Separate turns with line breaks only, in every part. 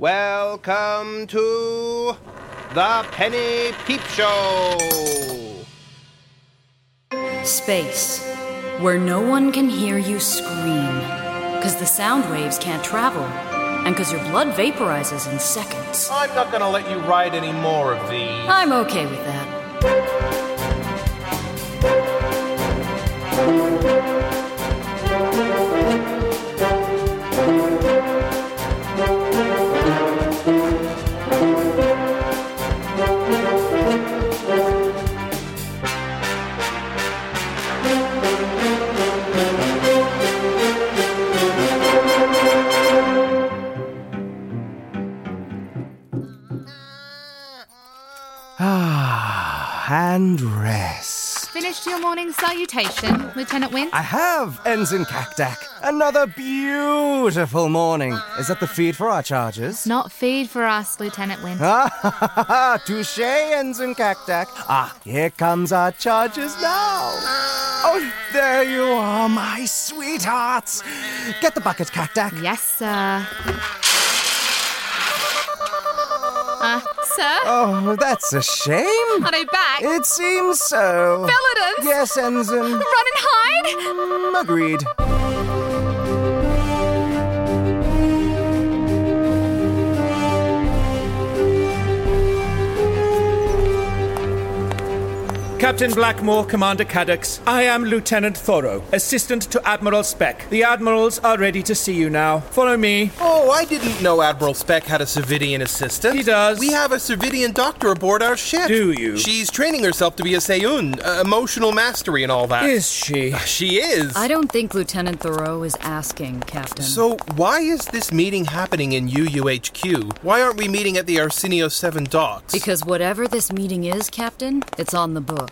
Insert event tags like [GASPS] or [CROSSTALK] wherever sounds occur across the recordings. Welcome to the Penny Peep Show.
Space, where no one can hear you scream, because the sound waves can't travel, and because your blood vaporizes in seconds.
I'm not going to let you ride any more of these.
I'm okay with that.
Ah, and rest.
Finished your morning salutation, Lieutenant Wynn?
I have, Ensign Cactac. Another beautiful morning. Is that the feed for our charges?
Not feed for us, Lieutenant Wynn.
Ah, [LAUGHS] touche, Ensign Cactac. Ah, here comes our charges now. Oh, there you are, my sweethearts. Get the bucket, Cactac.
Yes, sir. Uh, sir?
Oh, that's a shame.
Are they back?
It seems so.
Belladons?
Yes, Ensign.
Run and hide?
Mm, Agreed.
Captain Blackmore, Commander Caddocks, I am Lieutenant Thoreau, assistant to Admiral Speck. The admirals are ready to see you now. Follow me.
Oh, I didn't know Admiral Speck had a Servidian assistant.
He does.
We have a Servidian doctor aboard our ship.
Do you?
She's training herself to be a Seiyun, uh, emotional mastery and all that.
Is she?
She is.
I don't think Lieutenant Thoreau is asking, Captain.
So, why is this meeting happening in UUHQ? Why aren't we meeting at the Arsenio 7 docks?
because whatever this meeting is, Captain, it's on the books.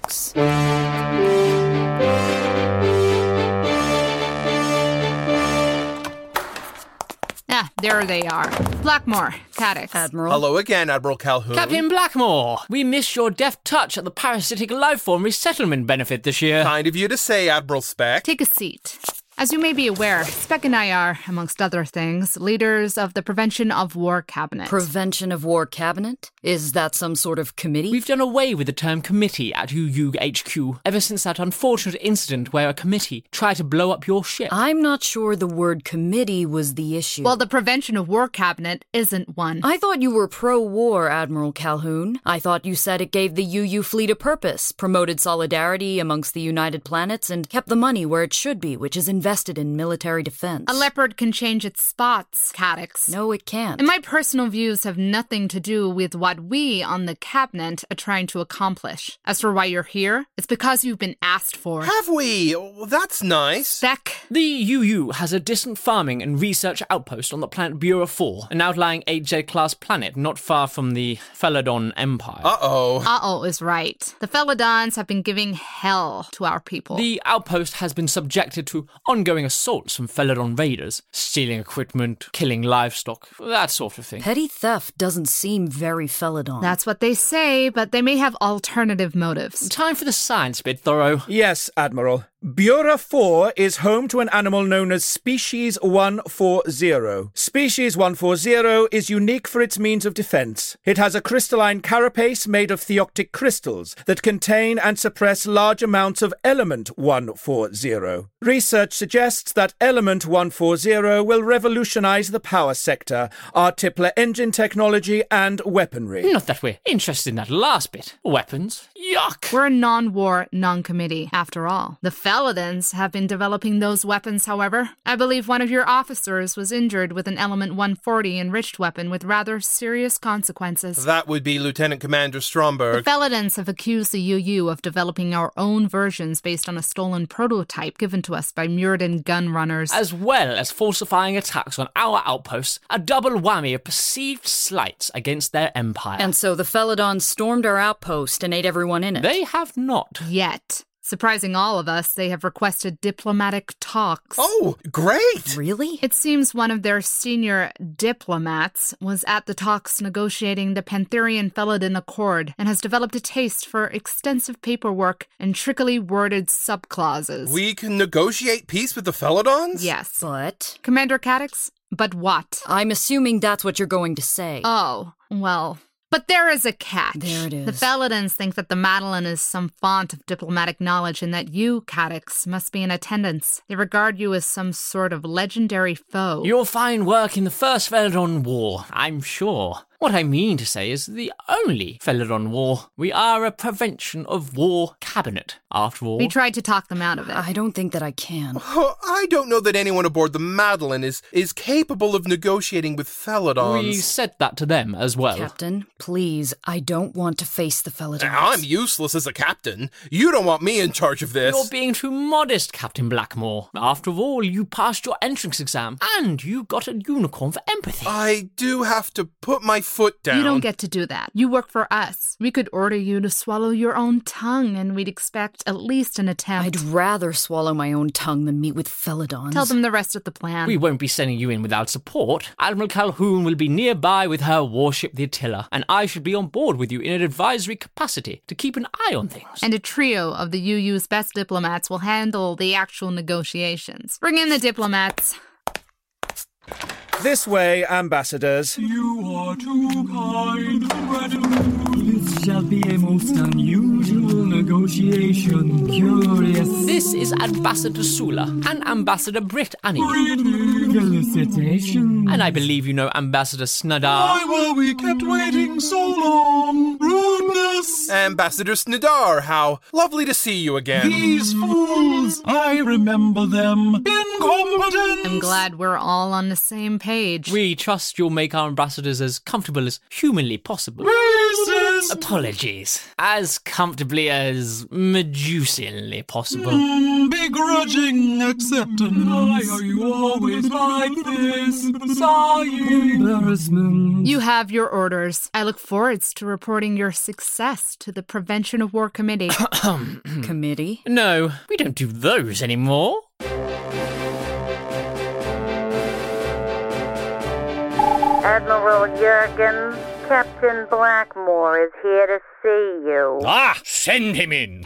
Ah, there they are. Blackmore, Caddix.
Admiral.
Hello again, Admiral Calhoun.
Captain Blackmore, we miss your deft touch at the parasitic life form resettlement benefit this year.
Kind of you to say, Admiral Speck.
Take a seat. As you may be aware, Speck and I are, amongst other things, leaders of the Prevention of War Cabinet.
Prevention of War Cabinet? Is that some sort of committee?
We've done away with the term committee at UUHQ ever since that unfortunate incident where a committee tried to blow up your ship.
I'm not sure the word committee was the issue.
well, the Prevention of War Cabinet isn't one.
I thought you were pro war, Admiral Calhoun. I thought you said it gave the UU fleet a purpose, promoted solidarity amongst the United Planets, and kept the money where it should be, which is invested in military defense.
a leopard can change its spots, Caddix.
No, it can't.
And my personal views have nothing to do with what we on the cabinet are trying to accomplish. As for why you're here, it's because you've been asked for.
Have we? Oh, that's nice.
Sec.
The UU has a distant farming and research outpost on the planet Bura 4, an outlying 8J class planet not far from the Felidon Empire.
Uh
Ah,
oh.
Uh oh is right. The Felidons have been giving hell to our people.
The outpost has been subjected to ongoing assaults from Felidon raiders, stealing equipment, killing livestock, that sort of thing.
Petty theft doesn't seem very Felidon.
That's what they say, but they may have alternative motives.
Time for the science bit, Thoreau.
Yes, Admiral. Bura 4 is home to an animal known as Species 140. Species 140 is unique for its means of defense. It has a crystalline carapace made of theoctic crystals that contain and suppress large amounts of element 140. Research suggests that element 140 will revolutionize the power sector, our Tipler engine technology, and weaponry.
Not that we're interested in that last bit. Weapons. Yuck!
We're a non war, non committee, after all. The Paladins have been developing those weapons, however. I believe one of your officers was injured with an Element 140 enriched weapon with rather serious consequences.
That would be Lieutenant Commander
The
Stromberg.
Felidans have accused the UU of developing our own versions based on a stolen prototype given to us by Muradin gun runners.
as well as falsifying attacks on our outposts, a double whammy of perceived slights against their empire.
And so the Felidons stormed our outpost and ate everyone in it.
they have not.
Yet, surprising all of us, they have requested diplomatic talks.
oh, great!
Really?
It seems one of their senior diplomats was at the talks negotiating the Pantherian Felidin Accord and has developed a taste for extensive paperwork and trickily worded subclauses.
We can negotiate peace with the Felidons?
Yes.
But
Commander Caddix, but what?
I'm assuming that's what you're going to say.
Oh, well. But there is a catch.
There it
The
is.
Felidans think that the Madeline is some font of diplomatic knowledge and that you, Caddix, must be in attendance. They regard you as some sort of legendary foe.
You'll find work in the First Felidon War, I'm sure. What I mean to say is the only Felidon War. We are a prevention of war cabinet, after all.
we tried to talk them out of it.
I don't think that I can.
Oh, I don't know that anyone aboard the Madeline is, is capable of negotiating with Felidons.
We said that to them as well.
Captain, please, I don't want to face the Felidons.
Ah, I'm useless as a captain. You don't want me in charge of this.
You're being too modest, Captain Blackmore. After all, you passed your entrance exam and you got a unicorn for empathy.
I do have to put my foot down.
You don't get to do that. You work for us. We could order you to swallow your own tongue, and we'd expect at least an attempt.
I'd rather swallow my own tongue than meet with Felidons.
Tell them the rest of the plan.
We won't be sending you in without support. Admiral Calhoun will be nearby with her warship, the Attila, and I should be on board with you in an advisory capacity to keep an eye on things.
and a trio of the UU's best diplomats will handle the actual negotiations. Bring in the diplomats.
This way, ambassadors.
You are too kind, madam. This shall be a most unusual negotiation. Curious.
This is Ambassador Sula and Ambassador Britt Annie.
Felicitations.
And I believe you know Ambassador Snadar.
Why were we kept waiting so long? Rudeness!
Ambassador Snidar, how lovely to see you again.
These fools! I remember them. Incompetence!
I'm glad we're all on the same page.
We trust you'll make our ambassadors as comfortable as humanly possible.
Racist!
Apologies. As comfortably as Medusanly possible.
Mm, Begrudging acceptance. Why are you always like this? Sighing. Embarrassment.
You have your orders. I look forward to reporting your success to the Prevention of War Committee.
committee.
Hmm. No, we don't do those anymore.
Admiral Jurgen, Captain Blackmore is here to see you.
Ah, send him in.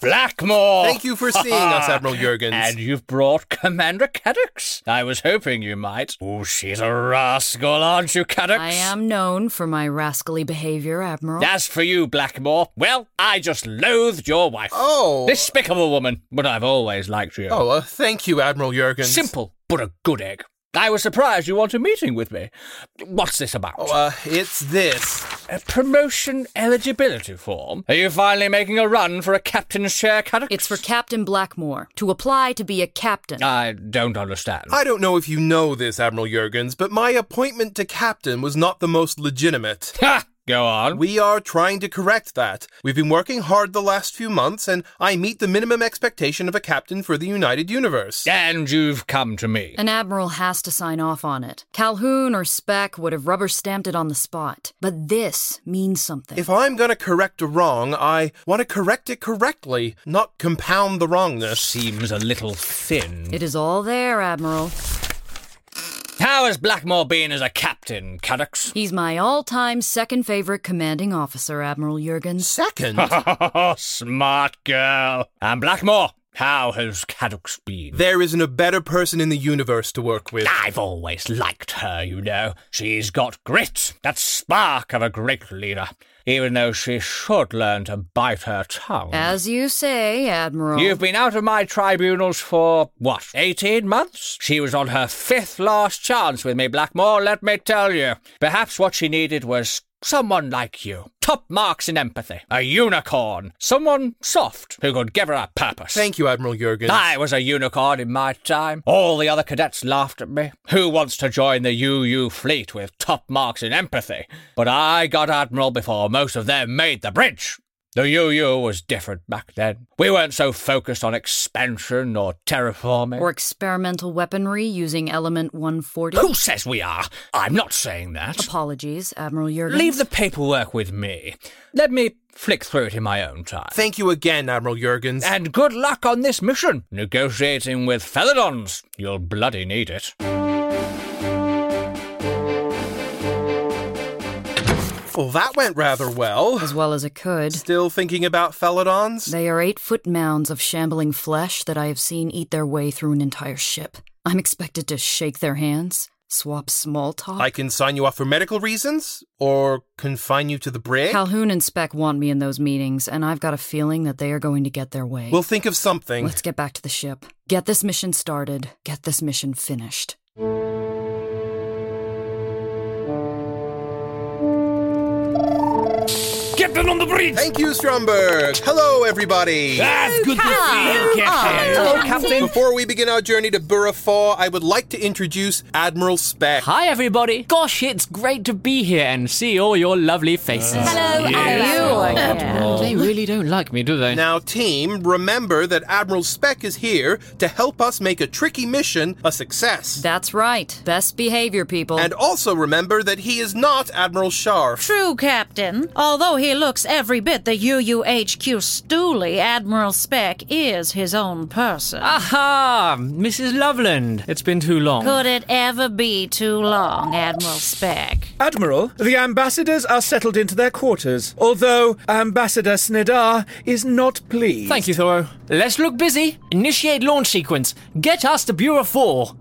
Blackmore!
Thank you for
[LAUGHS]
seeing us, Admiral Jurgens.
And you've brought Commander Caddix? I was hoping you might. Oh, she's a rascal, aren't you, Caddix?
I am known for my rascally behavior, Admiral.
As for you, Blackmore, well, I just loathed your wife.
Oh.
Despicable woman, but I've always liked you.
Oh, uh, thank you, Admiral Jurgens.
Simple, but a good egg. I was surprised you want a meeting with me. What's this about?
Oh, uh, it's this.
a promotion eligibility form? Are you finally making a run for a captain's share, Caddix?
It's for Captain Blackmore to apply to be a captain.
I don't understand.
I don't know if you know this, Admiral Jurgens, but my appointment to captain was not the most legitimate.
[LAUGHS] Ha! Go on.
We are trying to correct that. We've been working hard the last few months, and I meet the minimum expectation of a captain for the United Universe.
And you've come to me.
An admiral has to sign off on it. Calhoun or Speck would have rubber stamped it on the spot. But this means something.
If I'm gonna correct a wrong, I want to correct it correctly, not compound the wrongness.
Seems a little thin.
it is all there, Admiral.
How has Blackmore been as a captain, Caddix?
He's my all time second favorite commanding officer, Admiral Jurgens.
Second,
[LAUGHS] Smart girl. And Blackmore, how has Caddix been?
there isn't a better person in the universe to work with.
I've always liked her, you know. She's got grit, that spark of a great leader, even though she should learn to bite her tongue.
As you say, Admiral.
You've been out of my tribunals for, what, 18 months? She was on her fifth last chance with me, Blackmore, let me tell you. Perhaps what she needed was Someone like you. Top marks in empathy. A unicorn. Someone soft who could give her a purpose.
Thank you, Admiral Jurgens.
I was a unicorn in my time. All the other cadets laughed at me. Who wants to join the UU fleet with top marks in empathy? But I got Admiral before most of them made the bridge. The UU was different back then. We weren't so focused on expansion or terraforming.
Or experimental weaponry using element 140.
Who says we are? I'm not saying that.
Apologies, Admiral Jurgens.
Leave the paperwork with me. Let me flick through it in my own time.
Thank you again, Admiral Jurgens.
And good luck on this mission. Negotiating with Felidons. You'll bloody need it.
Well, that went rather well.
As well as it could.
Still thinking about Felidons?
They are eight foot mounds of shambling flesh that I have seen eat their way through an entire ship. I'm expected to shake their hands, swap small talk.
I can sign you off for medical reasons or confine you to the brig.
Calhoun and Spec want me in those meetings, and I've got a feeling that they are going to get their way.
We'll think of something.
Let's get back to the ship. Get this mission started. Get this mission finished.
Captain on the bridge!
Thank you, Stromberg. Hello, everybody.
That's good to see you, Captain.
Oh, Hello, Captain.
Before we begin our journey to Burra Fall, I would like to introduce Admiral Speck.
Hi, everybody. Gosh, it's great to be here and see all your lovely faces.
Hello, how
Admiral. They really don't like me, do they?
Now, team, remember that Admiral Speck is here to help us make a tricky mission a success.
That's right. Best behavior, people.
and also remember that he is not Admiral Sharf.
True, Captain. Although he looks every bit the UUHQ stoolie, Admiral Speck is his own person.
Ah. Aha! Mrs. Loveland. It's been too long.
Could it ever be too long, Admiral Speck?
Admiral, the ambassadors are settled into their quarters, although Ambassador Snedar is not pleased.
Thank you, Thoreau. Let's look busy. Initiate launch sequence. Get us to Bureau 4.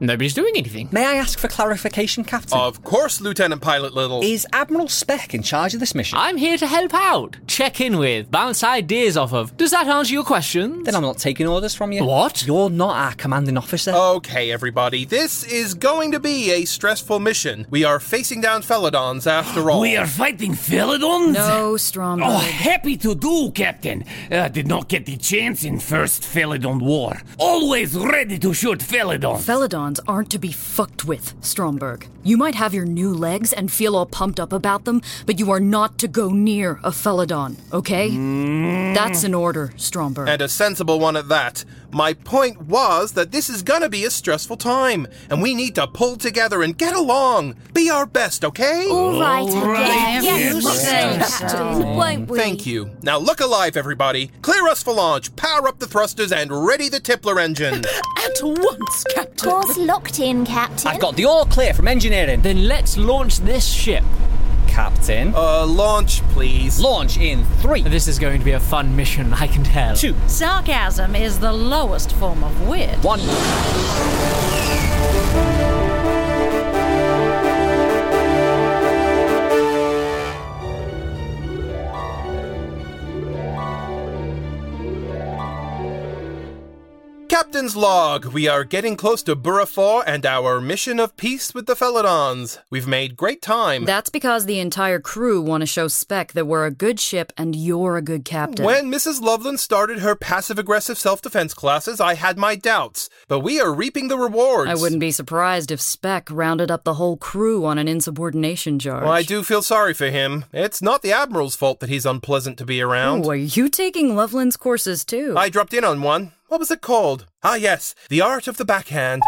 Nobody's doing anything.
May I ask for clarification, Captain?
Of course, Lieutenant Pilot Little.
Is Admiral Speck in charge of this mission?
I'm here to help out, check in with, bounce ideas off of. Does that answer your question?
Then I'm not taking orders from you.
What?
You're not our commanding officer.
Okay, everybody, this is going to be a stressful mission. We are facing down Felidons after all.
We are fighting Felidons?
No, Stromberg.
Oh, happy to do, Captain. Uh, did not get the chance in first Felidon war. Always ready to shoot Felidons.
Felidons aren't to be fucked with, Stromberg. You might have your new legs and feel all pumped up about them, but you are not to go near a Felidon, okay?
Mm.
That's an order, Stromberg.
And a sensible one at that. My point was that this is gonna be a stressful time, and we need to pull together and get along. Be our best, okay?
All right,
right,
yes, you say
yes,
so. Won't we?
Thank you. Now look alive, everybody. Clear us for launch, power up the thrusters, and ready the tippler engine.
At once, Captain.
Course locked in, Captain.
I've got the all clear from engineering.
Then let's launch this ship.
Captain.
uh, launch, please.
Launch in three,
This is going to be a fun mission, I can tell.
two,
Sarcasm is the lowest form of wit.
one.
Captain's log. We are getting close to Burafor and our mission of peace with the Felidons. We've made great time.
That's because the entire crew want to show Spec that we're a good ship and you're a good captain.
When Mrs. Loveland started her passive aggressive self defense classes, I had my doubts, but we are reaping the rewards.
I wouldn't be surprised if Spec rounded up the whole crew on an insubordination charge.
Well, I do feel sorry for him. It's not the Admiral's fault that he's unpleasant to be around.
Oh, are you taking Loveland's courses too?
I dropped in on one. What was it called? Ah, yes, The Art of the Backhand.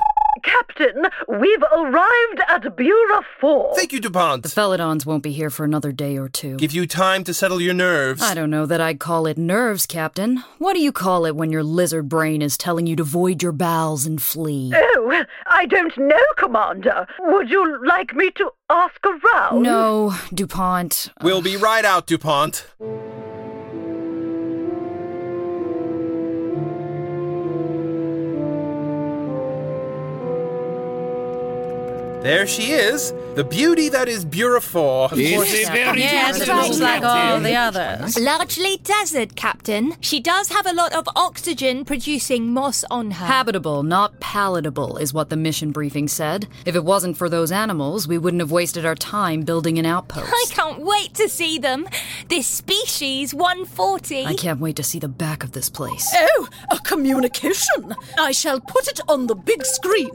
Captain, we've arrived at Bureau 4.
Thank you, DuPont.
the Felidons won't be here for another day or two.
Give you time to settle your nerves.
I don't know that I'd call it nerves, Captain. What do you call it when your lizard brain is telling you to void your bowels and
[LAUGHS]
flee?
Oh, I don't know, Commander. Would you like me to ask around?
No, DuPont.
We'll be right out, DuPont. There she is, the beauty that is Burafor.
yes, it looks like all the others.
Largely desert, Captain. She does have a lot of oxygen producing moss on her.
Habitable, not palatable, is what the mission briefing said. If it wasn't for those animals, we wouldn't have wasted our time building an outpost.
I can't wait to see them. This species 140.
I can't wait to see the back of this place.
Oh, a communication. I shall put it on the big screen.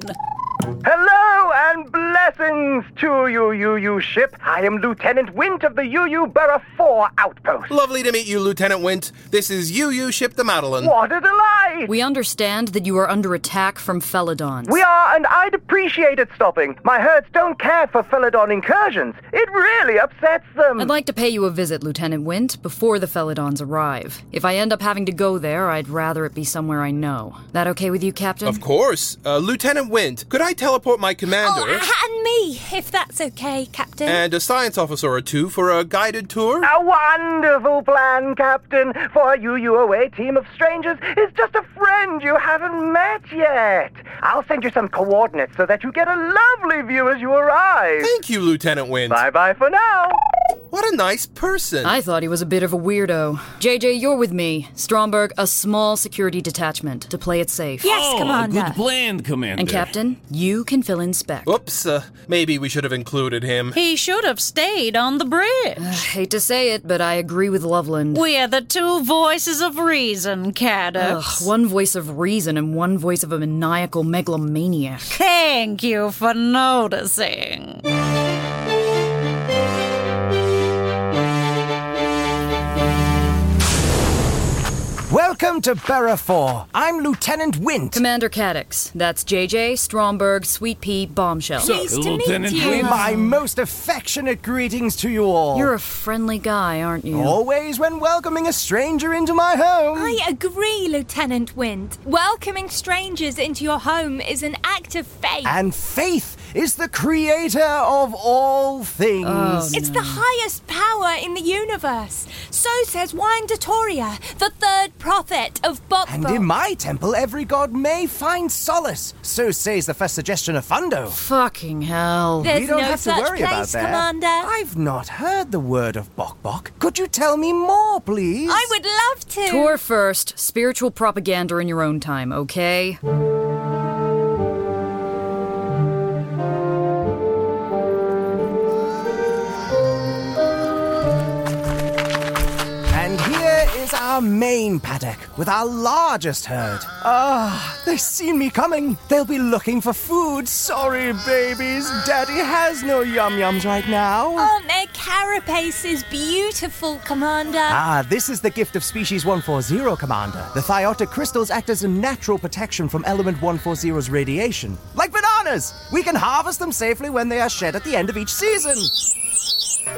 Hello and blessings to you, UU ship. I am Lieutenant Wint of the UU Borough 4 outpost.
Lovely to meet you, Lieutenant Wint. This is UU Ship the Madeline.
a delight!
We understand that you are under attack from Felidons.
We are, and I'd appreciate it stopping. My herds don't care for Felidon incursions. It really upsets them.
I'd like to pay you a visit, Lieutenant Wint, before the Felidons arrive. If I end up having to go there, I'd rather it be somewhere I know. That okay with you, Captain?
Of course. Uh, Lieutenant Wint, could I teleport my commander
Oh,
And me, if that's okay, Captain.
and a science officer or two for a guided tour?
A wonderful plan, Captain, for a UUOA team of strangers is just a friend you haven't met yet. I'll send you some coordinates so that you get a lovely view as you arrive.
Thank you, Lieutenant Wint.
Bye bye for now.
What a nice person.
I thought he was a bit of a weirdo. JJ, you're with me. Stromberg, a small security detachment to play it safe.
oh, Good plan, Commander.
And Captain, you can fill in spec.
Oops, uh, maybe we should have included him.
He should have stayed on the bridge.
[SIGHS] hate to say it, but I agree with Loveland.
We're the two voices of reason, Caddox.
Ugh, one voice of reason and one voice of a maniacal megalomaniac.
Thank you for noticing.
Welcome to Borough 4. I'm Lieutenant Wint.
Commander Caddix. That's JJ, Stromberg, Sweet Pea, Bombshell.
My most affectionate greetings to you all.
You're a friendly guy, aren't you?
Always when welcoming a stranger into my home.
I agree, Lieutenant Wind. Welcoming strangers into your home is an act of faith.
And faith is the creator of all things.
Oh,
it's the highest power in the universe. So says Wine Datoria, the third prophet of
And
Bokbo.
in my temple, every god may find solace. So says the first suggestion of Fundo.
Fucking hell.
we don't have to worry about that. I've not heard the word of Bok Bok. Could you tell me more, please?
I would love to.
Tour first, spiritual propaganda in your own time, okay?
And here is our main paddock with our largest herd. Ah, they've seen me coming. They'll be looking for food. Sorry, babies. Daddy has no yum yums right now.
Aren't their carapaces beautiful, Commander?
Ah, this is the gift of Species 140, Commander. The thiotic crystals act as a natural protection from Element 140's radiation. Like bananas! We can harvest them safely when they are shed at the end of each season!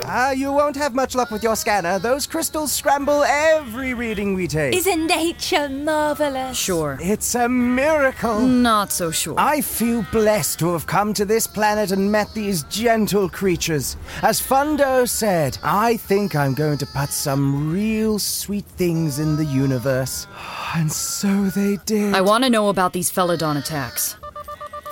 Ah, you won't have much luck with your scanner. Those crystals scramble every reading we take.
Isn't nature marvelous?
Sure.
It's a miracle.
Not so sure.
I feel blessed to have come to this planet and met these gentle creatures. As Fundo said, I think I'm going to put some real sweet things in the universe. [GASPS] And so they did.
I want to know about these Felidon attacks.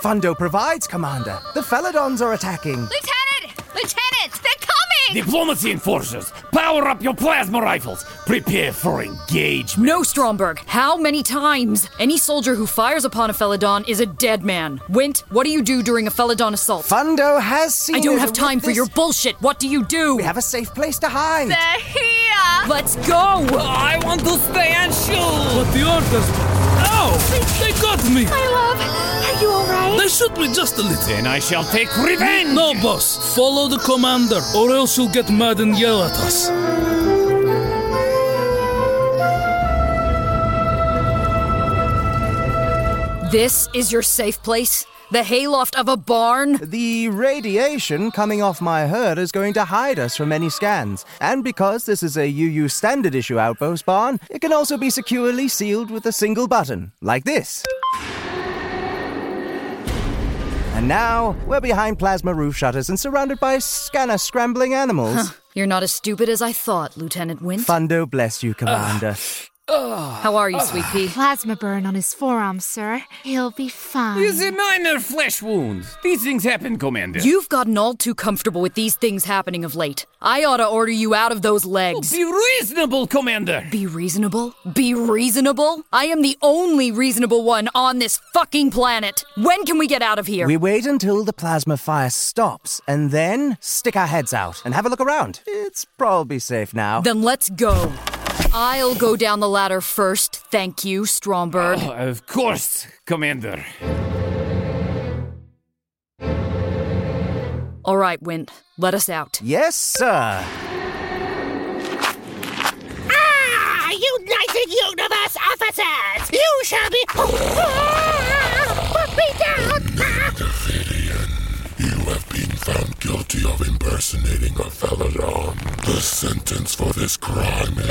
Fundo provides, Commander. The Felidons are attacking.
Lieutenant! Lieutenant! They're coming!
Diplomacy enforcers, power up your plasma rifles. Prepare for engagement.
No, Stromberg. How many times? Any soldier who fires upon a Felidon is a dead man. Wint, what do you do during a Felidon assault?
Fundo has seen.
I don't
it
have
with
time for
this-
your bullshit. What do you do? We
have a safe place to hide.
They're here!
Let's go!
I want to stay and shoot. But the orders. Oh, they got me.
My love, are you alright?
They shoot me just a little.
Then I shall take revenge.
No, boss. Follow the commander, or else you'll get mad and yell at us.
This is your safe place? The hayloft of a barn?
The radiation coming off my herd is going to hide us from any scans. And because this is a UU standard issue outpost barn, it can also be securely sealed with a single button, like this. And now, we're behind plasma roof shutters and surrounded by scanner scrambling animals.
You're not as stupid as I thought, Lieutenant Wint.
Fundo bless you, Commander.
How are you, sweet pea?
Plasma burn on his forearm, sir. He'll be fine.
It's a minor flesh wound. These things happen, Commander.
You've gotten all too comfortable with these things happening of late. I ought to order you out of those legs.
Be reasonable, Commander.
Be reasonable? Be reasonable? I am the only reasonable one on this fucking planet. When can we get out of here?
We wait until the plasma fire stops and then stick our heads out and have a look around. It's probably safe now.
Then let's go. I'll go down the ladder first. Thank you, Stromberg.
Oh, of course, Commander.
All right, Wint. Let us out.
Yes, sir.
Ah, United Universe officers! You shall be. [LAUGHS] Ah, put me down! Ah.
You have been found guilty of impersonating a Felidon. The sentence for this crime is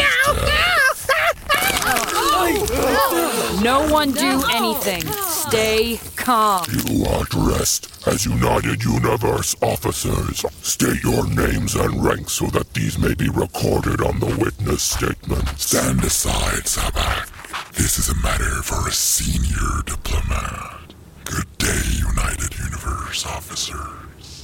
No one do anything. Stay calm.
you are dressed as United Universe officers. State your names and ranks so that these may be recorded on the witness statement. Stand aside, Sabak. This is a matter for a senior diplomat. Good day, United Universe officers.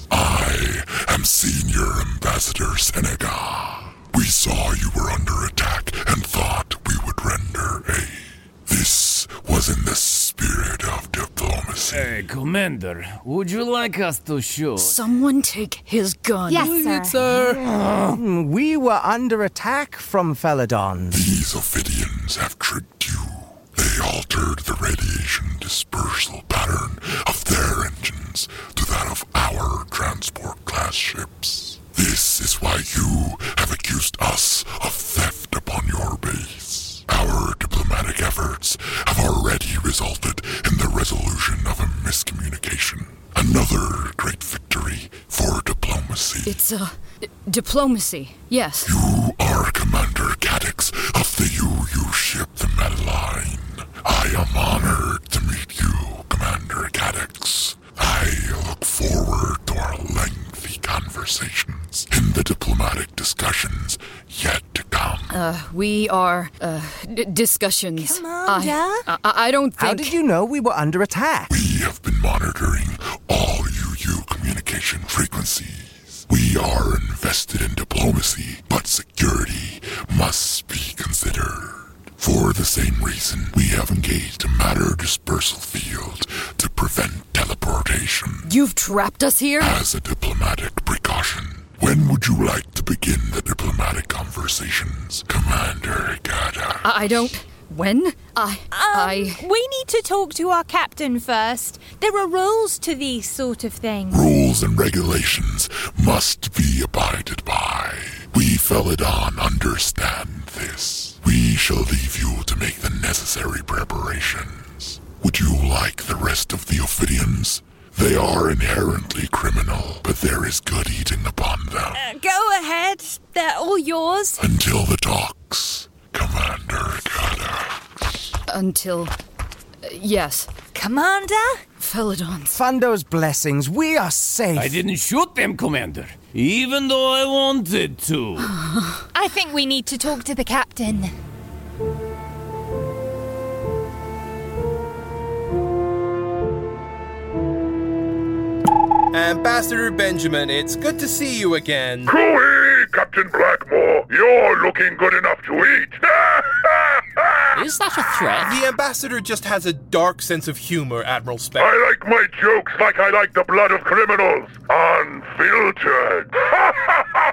I am Senior Ambassador Seneca. We saw you were under attack and thought we would render aid. This was in the spirit of diplomacy.
Uh, Commander, would you like us to shoot?
Someone take his gun.
Yes, Doing it, sir. Mm, We were under attack from Felidon.
These Ophidians have tricked you. They altered the radiation dispersal pattern of their engines to that of our transport class ships. This is why you have accused us of theft upon your base. Our diplomatic efforts have already resulted in the resolution of a miscommunication. Another great victory for diplomacy.
It's uh, d- diplomacy. Yes.
are Commander Cadix of the UU ship the Madeline. I am honored to meet you, Commander Cadix. I look forward to our lengthy conversations and the diplomatic discussions yet to come.
Uh, we are uh, d- discussions.
Commander?
I, I, I don't think.
How did you know we were under attack?
monitoring all UU communication frequencies. We are invested in diplomacy, but security must be considered. For the same reason, we have engaged a matter dispersal field to prevent teleportation
You've trapped us here.
as a diplomatic precaution. When would you like to begin the diplomatic conversations, Commander Gada?
I, I don't. When? I. I.
Um, We need to talk to our captain first. There are rules to these sort of things.
Rules and regulations must be abided by. We Felidon understand this. We shall leave you to make the necessary preparations. Would you like the rest of the Ophidians? They are inherently criminal, but there is good eating upon them.
Uh, go ahead. They're all yours.
Until the talks, Commander Gada.
Until. yes.
Commander?
Felidons.
Fundo's blessings, we are safe.
I didn't shoot them, Commander, even though I wanted to.
I think we need to talk to the captain.
Ambassador Benjamin, it's good to see you again.
Cooey, Captain Blackmore, you're looking good enough to eat.
Is that a threat? The ambassador just has a dark sense of humor, Admiral Speck.
I like my jokes like I like the blood of criminals, unfiltered.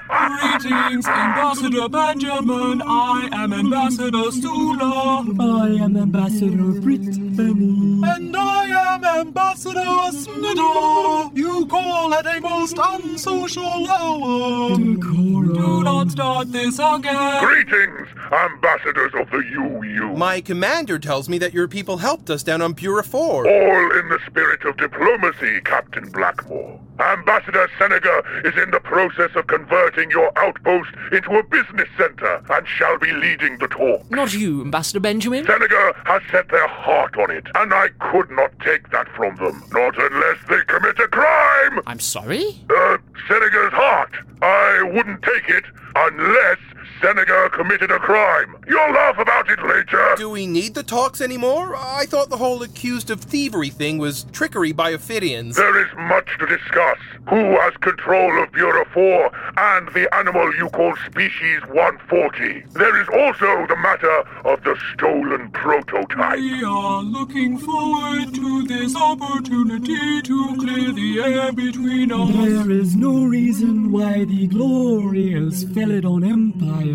Greetings, Ambassador Benjamin. I am Ambassador Stula. I am Ambassador Brittany. And I am Ambassador Sniddle. You call at a most unsocial hour. Do not start this again.
Greetings, ambassadors oh, of the UU.
My commander tells me that your people helped us down on Bura 4.
All in the spirit of diplomacy, Captain Blackmore. Ambassador Seneca is in the process of converting your outpost into a business center and shall be leading the talk.
Not you, Ambassador Benjamin.
Seneca has set their heart on it, and I could not take that from them. Not unless they commit a crime!
I'm sorry?
Uh,
Senega's hot. I wouldn't take it unless Senega committed a crime. You'll laugh about it later.
Do we need the talks anymore? I thought the whole accused of thievery thing was trickery by Ophidians.
There is much to discuss. Who has control of Bureau 4 and the animal you call Species 140? There is also the matter of the stolen prototype.
We are looking forward to this opportunity to clear the air between us.
There is no reason why the glorious Felidon Empire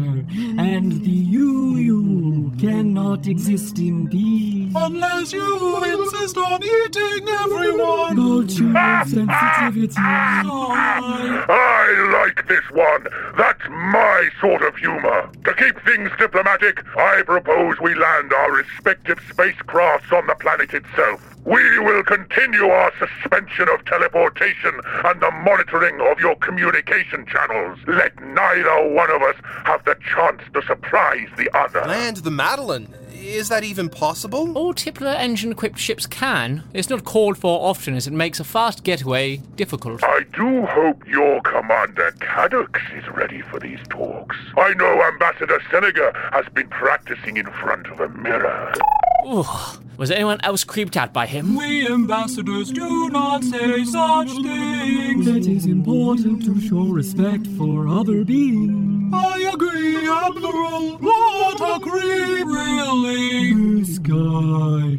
and the UU cannot exist in peace.
Unless you insist on eating everyone. Ah.
Culture of sensitivity.
I like this one. That's my sort of humor. To keep things diplomatic, I propose we land our respective spacecrafts on the planet itself. We will continue our suspension of teleportation and the monitoring of your communication channels. Let neither one of us have the chance to surprise the other.
Land the Madeline. Is that even possible?
All Tipler engine equipped ships can. It's not called for often as it makes a fast getaway difficult.
I do hope your commander Cadox is ready for these talks. I know Ambassador Senega has been practicing in front of a mirror.
Ooh, was anyone else creeped out by him?
We ambassadors do not say such things.
It is important to show respect for other beings.
I agree, Admiral. What a creep, really.
Blue sky.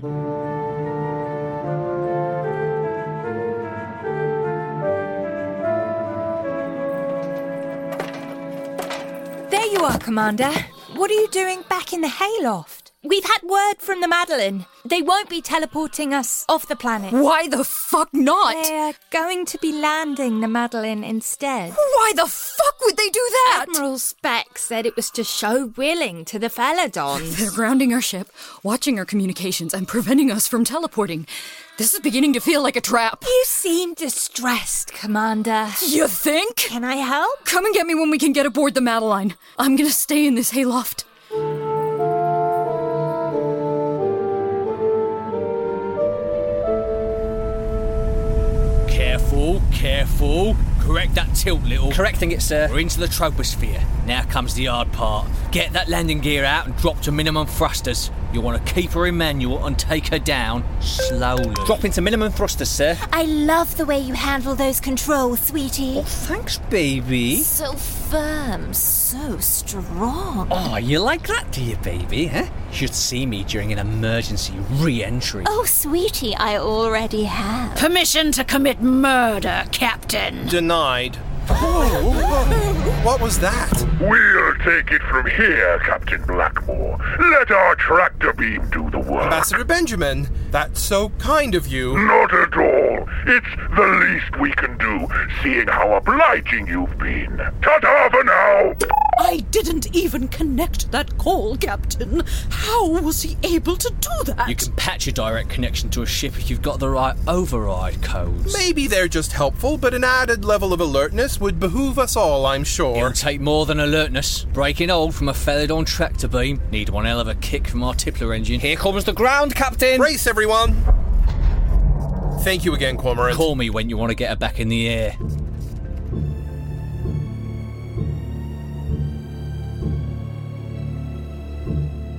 There you are, Commander. What are you doing back in the hayloft? We've had word from the Madeline. They won't be teleporting us off the planet.
Why the fuck not?
They are going to be landing the Madeline instead.
Why the fuck would they do that?
Admiral Speck said it was to show willing to the Felidons.
[LAUGHS] They're grounding our ship, watching our communications, and preventing us from teleporting. This is beginning to feel like a trap.
you seem distressed, Commander.
You think?
Can I help?
Come and get me when we can get aboard the Madeline. I'm gonna stay in this hayloft.
Careful, careful. Correct that tilt, little.
Correcting it, sir.
We're into the troposphere. Now comes the hard part. Get that landing gear out and drop to minimum thrusters. You want to keep her in manual and take her down slowly.
Drop into minimum thrusters, sir.
I love the way you handle those controls,
Oh,
sweetie.
Thanks, baby.
So firm, so strong.
Oh, you like that, do you, baby? Huh? Should see me during an emergency re-entry.
Oh, sweetie, I already have.
Permission to commit murder, Captain.
Denied. [LAUGHS] What was that?
We'll take it from here, Captain Blackmore. Let our tractor beam do the work.
Ambassador Benjamin, that's so kind of you.
Not at all. It's the least we can do, seeing how obliging you've been. Ta-ta for now!
I didn't even connect that call, Captain. How was he able to do that?
You can patch a direct connection to a ship if you've got the right override codes.
Maybe they're just helpful, but an added level of alertness would behoove us all, I'm
It'll
sure.
take more than alertness. Breaking old from a Felidon tractor beam. Need one hell of a kick from our Tipler engine. Here comes the ground, Captain!
Brace, everyone! Thank you again, Cormorant.
Call me when you want to get her back in the air.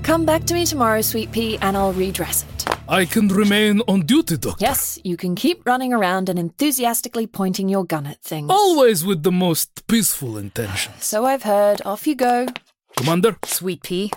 Come back to me tomorrow, sweet pea, and I'll redress it.
I can remain on duty, Doctor.
Yes, you can keep running around and enthusiastically pointing your gun at things.
Always with the most peaceful intentions.
So I've heard. Off you go.
Commander,
Sweet pea.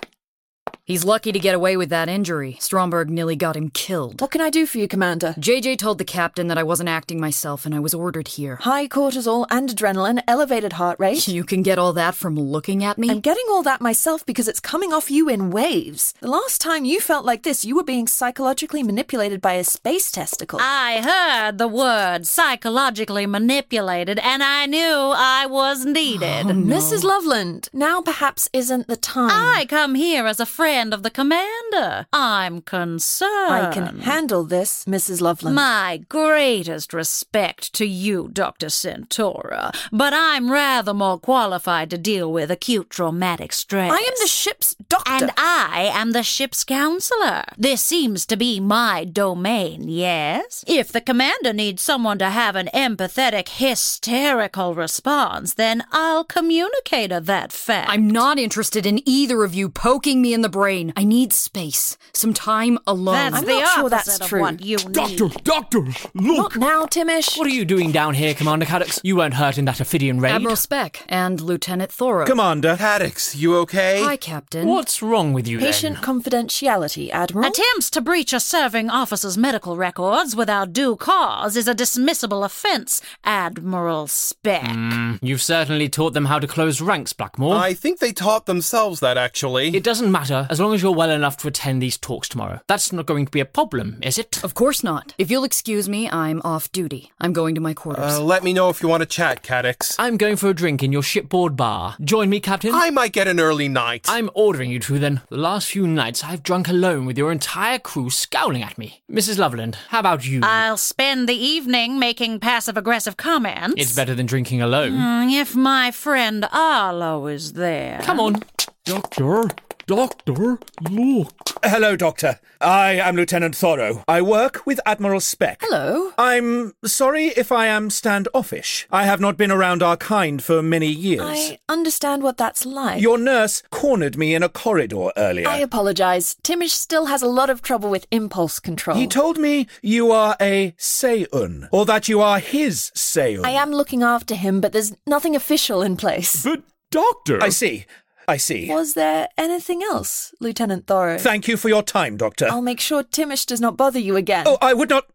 He's lucky to get away with that injury. Stromberg nearly got him killed.
What can I do for you, Commander?
JJ told the captain that I wasn't acting myself and I was ordered here.
High cortisol and adrenaline, elevated heart
[LAUGHS]
rate.
You can get all that from looking at me?
I'm getting all that myself because it's coming off you in waves. The last time you felt like this, you were being psychologically manipulated by a space testicle.
I heard the word psychologically manipulated and I knew I was needed.
Oh, Mrs. Loveland, now perhaps isn't the time.
I come here as a friend friend of the commander. I'm concerned.
I can handle this, Mrs. Loveland.
My greatest respect to you, Dr. Centora, but I'm rather more qualified to deal with acute traumatic stress.
I am the ship's doctor.
And I am the ship's counselor. This seems to be my domain, yes? If the commander needs someone to have an empathetic, hysterical response, then I'll communicate of that fact.
I'm not interested in either of you poking me in the brain. I need space, some time alone.
That's I'm the not sure that's opposite of true. what you Doctor, need.
doctor, look.
now, Timish.
What are you doing down here, Commander Caddocks? You weren't hurt in that Ophidian raid.
Admiral Speck and Lieutenant Thoreau.
Commander.
Caddocks, you okay?
Hi, Captain.
What's wrong with you,
Patient confidentiality, Admiral.
Attempts to breach a serving officer's medical records without due cause is a dismissible offense, Admiral Speck.
Mm, you've certainly taught them how to close ranks, Blackmore.
I think they taught themselves that, actually.
It doesn't matter as long as you're well enough to attend these talks tomorrow. That's not going to be a problem, is it?
Of course not. If you'll excuse me, I'm off duty. I'm going to my quarters.
Uh, let me know if you want to chat, Caddix.
I'm going for a drink in your shipboard bar. Join me, Captain.
I might get an early night.
I'm ordering you to then. The last few nights I've drunk alone with your entire crew scowling at me. Mrs. Loveland, how about you?
Uh,
I'll spend the evening making passive aggressive comments.
It's better than drinking alone.
Mm, if my friend Arlo is there.
Come on.
Doctor, doctor, look.
Hello, Doctor. I am Lieutenant Thoreau. I work with Admiral Speck.
Hello.
I'm sorry if I am standoffish. I have not been around our kind for many years.
I understand what that's like.
Your nurse cornered me in a corridor earlier.
I apologize. Timish still has a lot of trouble with impulse control.
he told me you are a Seun, or that you are his Seun.
I am looking after him, but there's nothing official in place.
But, Doctor.
I see. I see.
Was there anything else, Lieutenant Thoreau?
Thank you for your time, Doctor.
I'll make sure Timish does not bother you again.
Oh, I would not.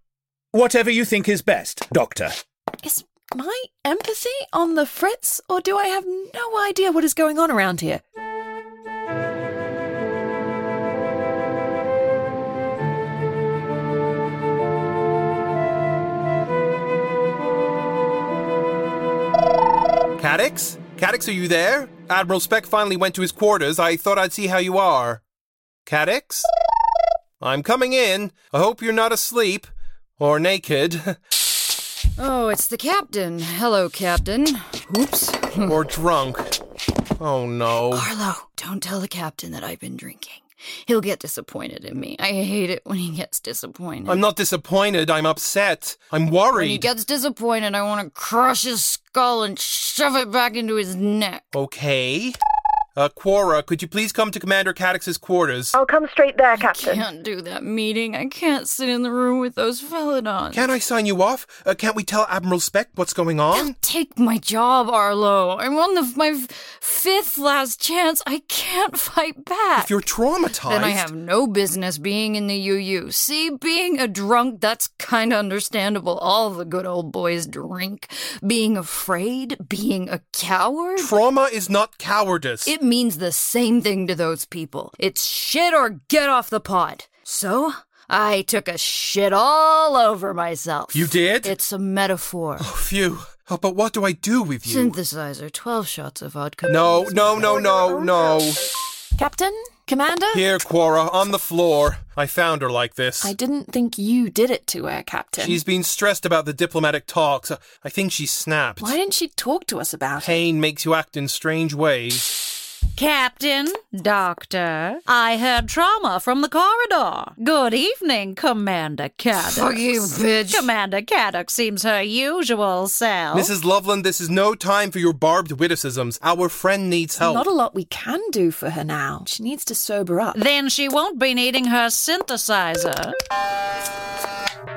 Whatever you think is best, Doctor.
Is my empathy on the fritz, or do I have no idea what is going on around here?
Caddix? Caddix, are you there? Admiral Speck finally went to his quarters. I thought I'd see how you are. Caddix? I'm coming in. I hope you're not asleep. Or naked. [LAUGHS]
Oh, it's the captain. Hello, Captain. Oops.
Uh. or drunk. Oh no.
Arlo, don't tell the captain that I've been drinking. He'll get disappointed in me. I hate it when he gets disappointed.
I'm not disappointed. I'm upset. I'm
When he
worried.
gets disappointed, I want to crush his skull and shove it back into his neck.
Okay. Uh, Quora, could you please come to Commander Caddix's quarters?
I'll come straight there, Captain.
Can't do that meeting. I can't sit in the room with those felidons.
Can't I sign you off? Uh, can't we tell Admiral Speck what's going on?
Take my job, Arlo. I'm on the, my f- fifth last chance. I can't fight back.
If you're traumatized.
Then I have no business being in the UU. See, being a drunk, that's kind of understandable. All the good old boys drink. Being afraid, being a coward.
Trauma is not cowardice.
It means the same thing to those people. It's shit or get off the pod. So, I took a shit all over myself.
You did?
It's a metaphor.
Oh, phew. Oh, but what do I do with you?
Synthesizer, 12 shots of vodka.
No, no, no, no, no.
Captain? Commander?
Here, Quora, on the floor. I found her like this.
I didn't think you did it to her, Captain.
She's been stressed about the diplomatic talks. Uh, I think she snapped.
Why didn't she talk to us about it?
Pain makes you act in strange ways.
Captain, Doctor, I heard trauma from the corridor. Good evening, Commander Caddock.
Fuck you, bitch.
Commander Caddock seems her usual self.
Mrs. Loveland, this is no time for your barbed witticisms. Our friend needs help.
Not a lot we can do for her now. She needs to sober up.
Then she won't be needing her synthesizer.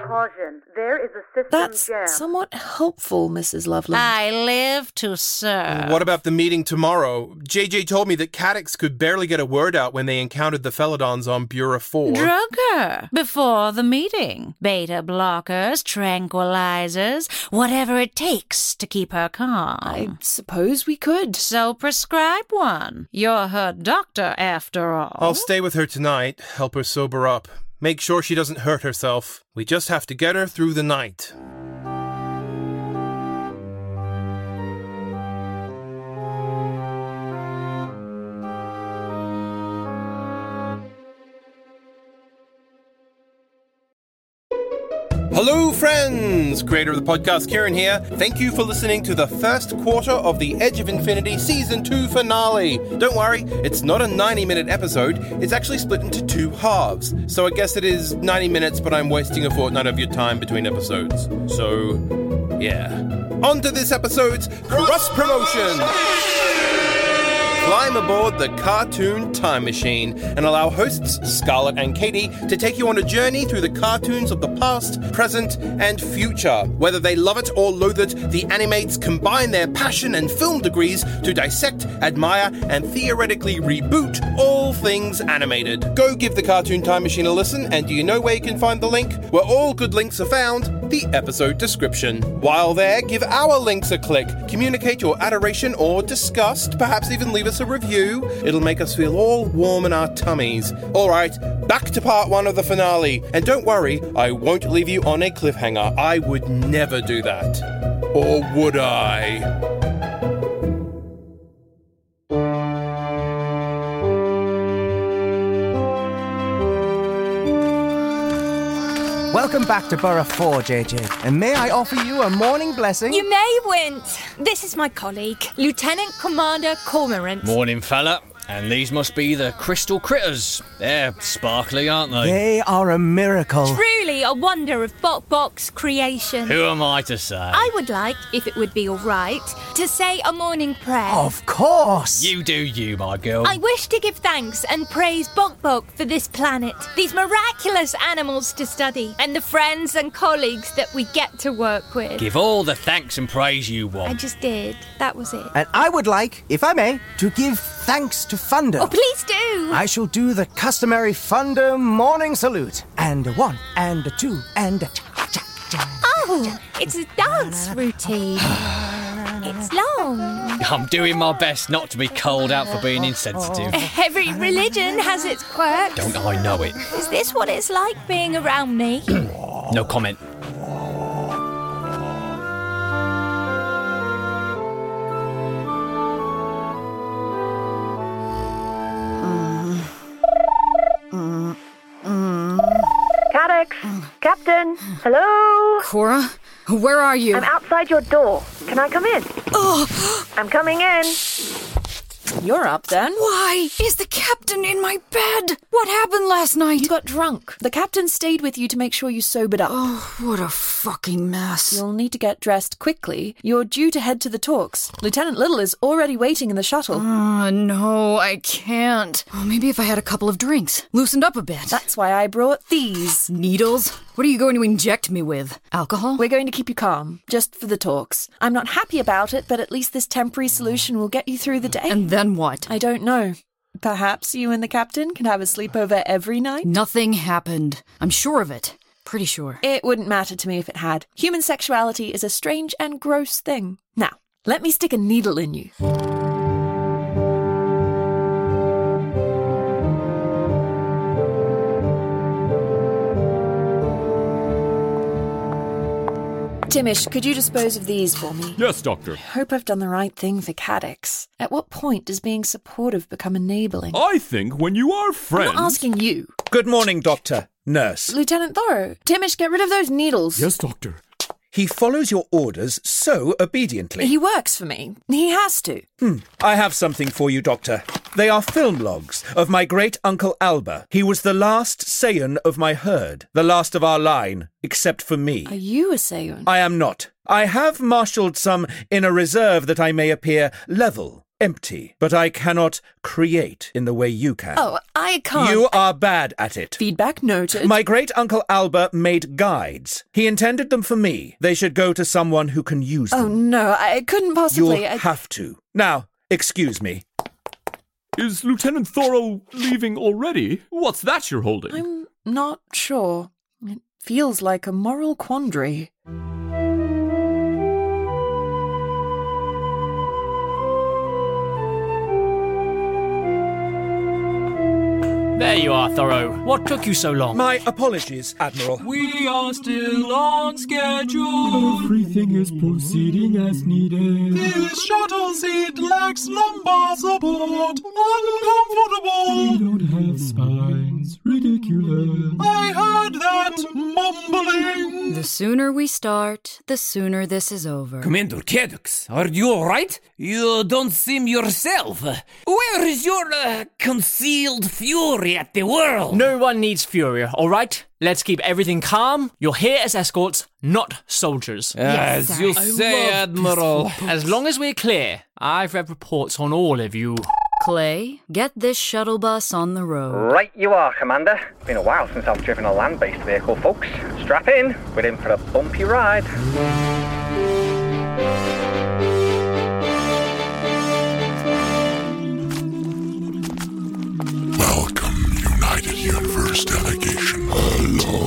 Caution. There is a system
That's
jam.
somewhat helpful, Mrs. Loveland.
I live to serve.
What about the meeting tomorrow? JJ told me that Caddix could barely get a word out when they encountered the Felidons on Bura 4.
Drugger before the meeting. Beta blockers, tranquilizers, whatever it takes to keep her calm.
I suppose we could.
So prescribe one. You're her doctor after all.
I'll stay with her tonight, help her sober up, make sure she doesn't hurt herself. We just have to get her through the night. Hello, friends! Creator of the podcast, Kieran here. Thank you for listening to the first quarter of the Edge of Infinity Season 2 finale. Don't worry, it's not a 90 minute episode, it's actually split into two halves. So I guess it is 90 minutes, but I'm wasting a fortnight of your time between episodes. So, yeah. On to this episode's cross promotion! Climb aboard the cartoon time machine and allow hosts Scarlett and Katie to take you on a journey through the cartoons of the past, present, and future. Whether they love it or loathe it, the animates combine their passion and film degrees to dissect, admire, and theoretically reboot all things animated. Go give the cartoon time machine a listen, and do you know where you can find the link? Where all good links are found, the episode description. While there, give our links a click. Communicate your adoration or disgust, perhaps even leave us a review. It'll make us feel all warm in our tummies. Alright, back to part one of the finale. And don't worry, I won't leave you on a cliffhanger. I would never do that. Or would I?
Welcome back to Borough 4, JJ. And may I offer you a morning blessing?
You may, Wint. This is my colleague, Lieutenant Commander Cormorant.
Morning, fella. And these must be the crystal critters. They're sparkly, aren't they?
They are a miracle.
Truly a wonder of Bok Bok's creation.
Who am I to say?
I would like, if it would be all right, to say a morning prayer.
Oh,
Of course.
You do you, my girl.
I wish to give thanks and praise Bok Bok for this planet, these miraculous animals to study, and the friends and colleagues that we get to work with.
Give all the thanks and praise you
I
want.
just did. That was it.
And I would like, if I may, to give thanks to Thunder.
Oh, please do.
I shall do the customary Thunder morning salute. And a one, and a two, and a.
Oh, it's a dance routine. It's long.
I'm doing my best not to be called out for being insensitive.
Oh. Every religion has its quirks.
Don't I know it?
Is this what it's like being around me?
No comment.
Cadex, Captain, hello?
Cora, where are you?
I'm outside your door. Can I come in? Oh, I'm coming in.
You're up then.
Why is the captain in my bed? What happened last night?
You got drunk. The captain stayed with you to make sure you sobered up.
Oh, what a fucking mess.
You'll need to get dressed quickly. You're due to head to the talks. Lieutenant Little is already waiting in the shuttle.
Uh, no, I can't. Oh, maybe if I had a couple of drinks, loosened up a bit.
That's why I brought these
needles. What are you going to inject me with? Alcohol?
We're going to keep you calm, just for the talks. I'm not happy about it, but at least this temporary solution will get you through the day.
And then what?
I don't know. Perhaps you and the captain can have a sleepover every night?
Nothing happened. I'm sure of it. Pretty sure.
It wouldn't matter to me if it had. Human sexuality is a strange and gross thing. Now, let me stick a needle in you. Timish, could you dispose of these for me?
Yes, Doctor.
Hope I've done the right thing for Caddix. At what point does being supportive become enabling?
Oh,
I think when you are friends.
I'm not asking you.
Good morning, Doctor. Nurse.
Lieutenant Thoreau, Timish, get rid of those needles.
Yes, Doctor. He follows your orders so obediently.
He works for me. He has to.
Hmm. I have something for you, Doctor. They are film logs of my great uncle Alba. He was the last Saiyan of my herd, the last of our line, except for me.
Are you a Saiyan?
I am not. I have marshalled some in a reserve that I may appear level, empty, but I cannot create in the way you can.
Oh, I can't.
You are bad at it.
Feedback noted.
My great uncle Alba made guides. He intended them for me. They should go to someone who can use
Oh,
them.
no, I couldn't possibly.
You'll
I-
have to. Now, excuse me.
Is Lieutenant Thoreau leaving already? What's that you're holding?
I'm not sure. It feels like a moral quandary.
There you are, Thoreau. What took you so long?
My apologies, Admiral.
We are still on schedule.
Everything is proceeding as needed.
This shuttle seat lacks lumbar support. Uncomfortable.
We don't have spines. is ridiculous.
I heard that mumbling.
The sooner we start, the sooner this is over.
Commander Cadox, are you alright? You don't seem yourself. Where is your uh, concealed fury at the world?
No one needs fury, all right? Let's keep everything calm. You're here as escorts, not soldiers.
Yes, As sir. you I say, love Admiral. peaceful
As long as we're clear, I've read reports on all of you.
Clay, get this shuttle bus on the road.
Right you are, Commander. Been a while since I've driven a land based vehicle, folks. Strap in, we're in for a bumpy ride.
United Universe delegation. Hello.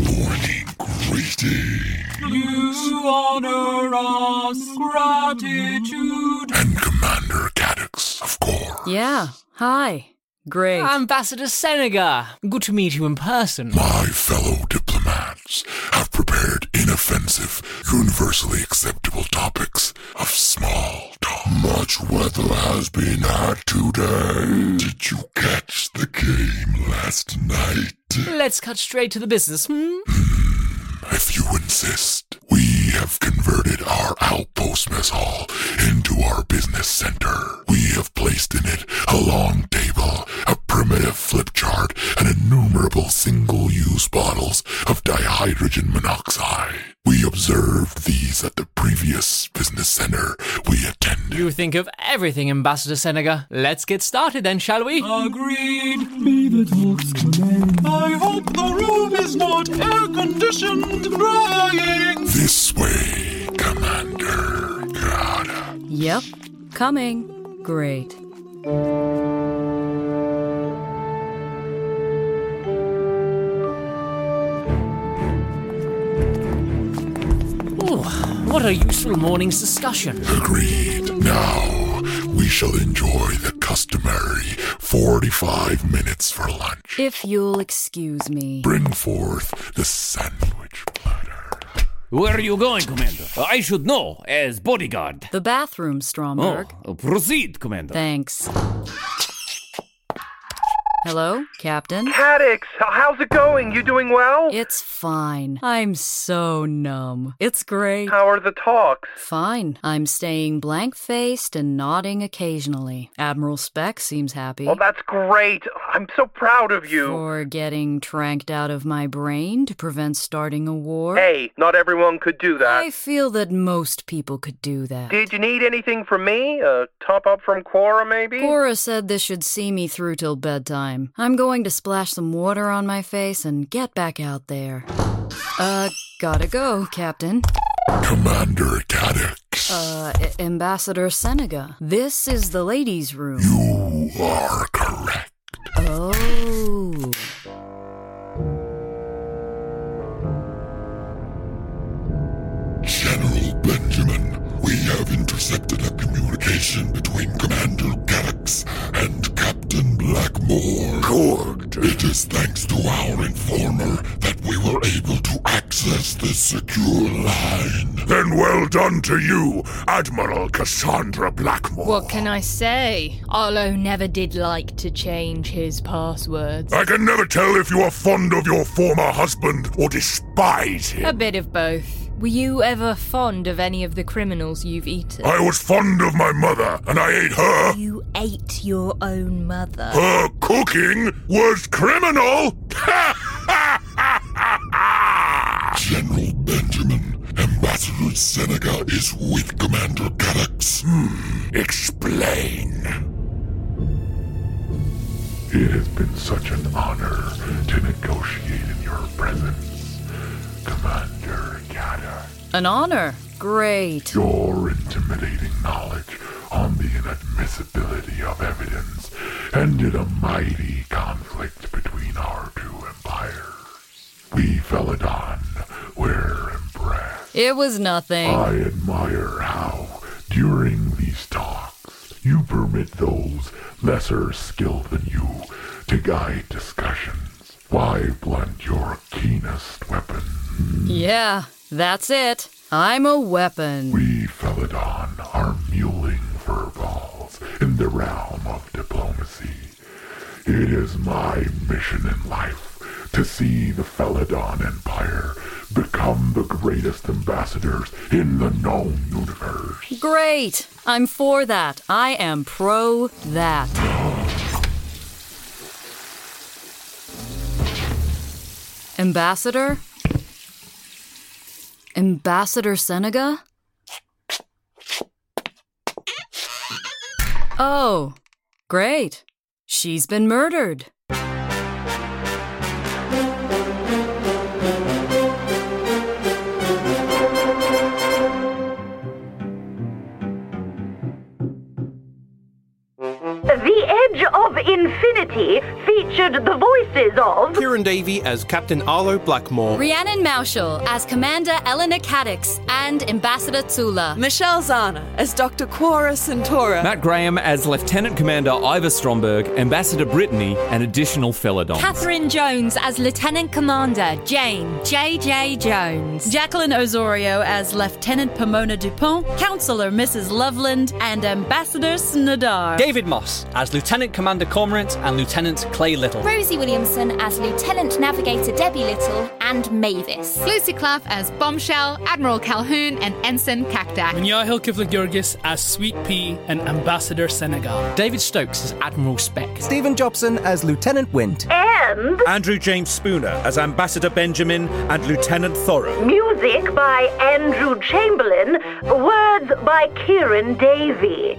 Morning greeting.
You honor us, gratitude.
Commander Caddix, of course.
Yeah, hi. Great.
Ambassador Senegar, good to meet you in person.
My fellow diplomats have prepared inoffensive, universally acceptable topics of small talk. Much weather has been had today. Did you catch the game last night?
Let's cut straight to the business, hmm?
If you insist, we have converted our outpost mess hall into our business center. We have placed in it a long table, a primitive flip chart, and innumerable single use bottles of dihydrogen monoxide. We observed these at the previous business center we attended.
You think of everything, Ambassador Senegar. Let's get started then, shall we?
Uh, Agreed.
May the talks commence.
I hope the room is not air conditioned crying.
This way, Commander Grada.
Yep, coming. Great.
Ooh, what a useful morning's discussion.
Agreed. Now we shall enjoy the customary 45 minutes for lunch.
If you'll excuse me.
Bring forth the sandwich.
Where are you going, Commander? I should know, as bodyguard.
The bathroom, Stromberg.
Oh, proceed, Commander.
Thanks. Hello, Captain?
Caddix, how's it going? You doing well?
It's fine. I'm so numb. It's great.
How are the talks?
Fine. I'm staying blank faced and nodding occasionally. Admiral Speck seems happy.
Well, that's great. I'm so proud of you.
For getting tranked out of my brain to prevent starting a war.
Hey, not everyone could do that.
I feel that most people could do that.
Did you need anything from me? A top up from Quora, maybe?
Cora said this should see me through till bedtime. I'm going to splash some water on my face and get back out there. Uh, gotta go, Captain.
Commander Caddix,
Uh, A- Ambassador Senega, this is the ladies' room.
you are correct.
Oh.
General Benjamin, we have intercepted a communication between Commander Caddix and Captain Blackmore. Good. It is thanks to our informer that we were able to [LAUGHS] access this secure line. Then well done to you, Admiral Cassandra Blackmore.
What can I say? Arlo never did like to change his passwords.
I can never tell if you are fond of your former husband or despise
A
him.
bit of both. Were you ever fond of any of the criminals you've eaten?
I was fond of my mother, and I ate her.
You ate your own mother. [LAUGHS]
Her cooking was criminal. General Benjamin, Ambassador Seneca is with Commander Galax. Hmm, explain. It has been such an honor to negotiate in your presence, Commander Galax.
An honor. Great.
Your intimidating knowledge on the inadmissibility of evidence ended a mighty conflict between our two empires. We Felidon were impressed.
It was nothing.
I admire how, during these talks, you permit those lesser skilled than you to guide discussions. Why blunt your keenest weapon?
Yeah, that's it. I'm a weapon.
We Felidon are mulling furballs in the realm of diplomacy. It is my mission in life to see the Felidon Empire become the greatest ambassadors in the known universe.
Great! I'm for that. I am pro that. Ambassador? Ambassador Senega? Oh, great. She's been murdered.
The Edge of Infinity featured the voices of
Kieran Davey as Captain Arlo Blackmore.
Rhiannon Mauschel as Commander Eleanor Caddix and Ambassador Tula.
Michelle Zana as Dr. Quora Centaura.
Matt Graham as Lieutenant Commander Ivor Stromberg, Ambassador Brittany, and additional Felidons.
Catherine Jones as Lieutenant Commander Jane J.J. Jones.
Jacqueline Osorio as Lieutenant Pomona Dupont, Counselor Mrs. Loveland, and Ambassador Snadar.
David Moss as Lieutenant Commander Cormorant and Lieutenant Clay Little.
Rosie Williamson as Lieutenant Navigator Debbie Little and Mavis.
Lucy Clough as Bombshell, Admiral Calhoun, and Ensign Cactac.
Minyahil Kivlagurgis as Sweet Pea and Ambassador Senegal.
David Stokes as Admiral Speck.
Stephen Jobson as Lieutenant Wind.
and
Andrew James Spooner as Ambassador Benjamin and Lieutenant Thoreau.
music by Andrew Chamberlain, words by Kieran Davey.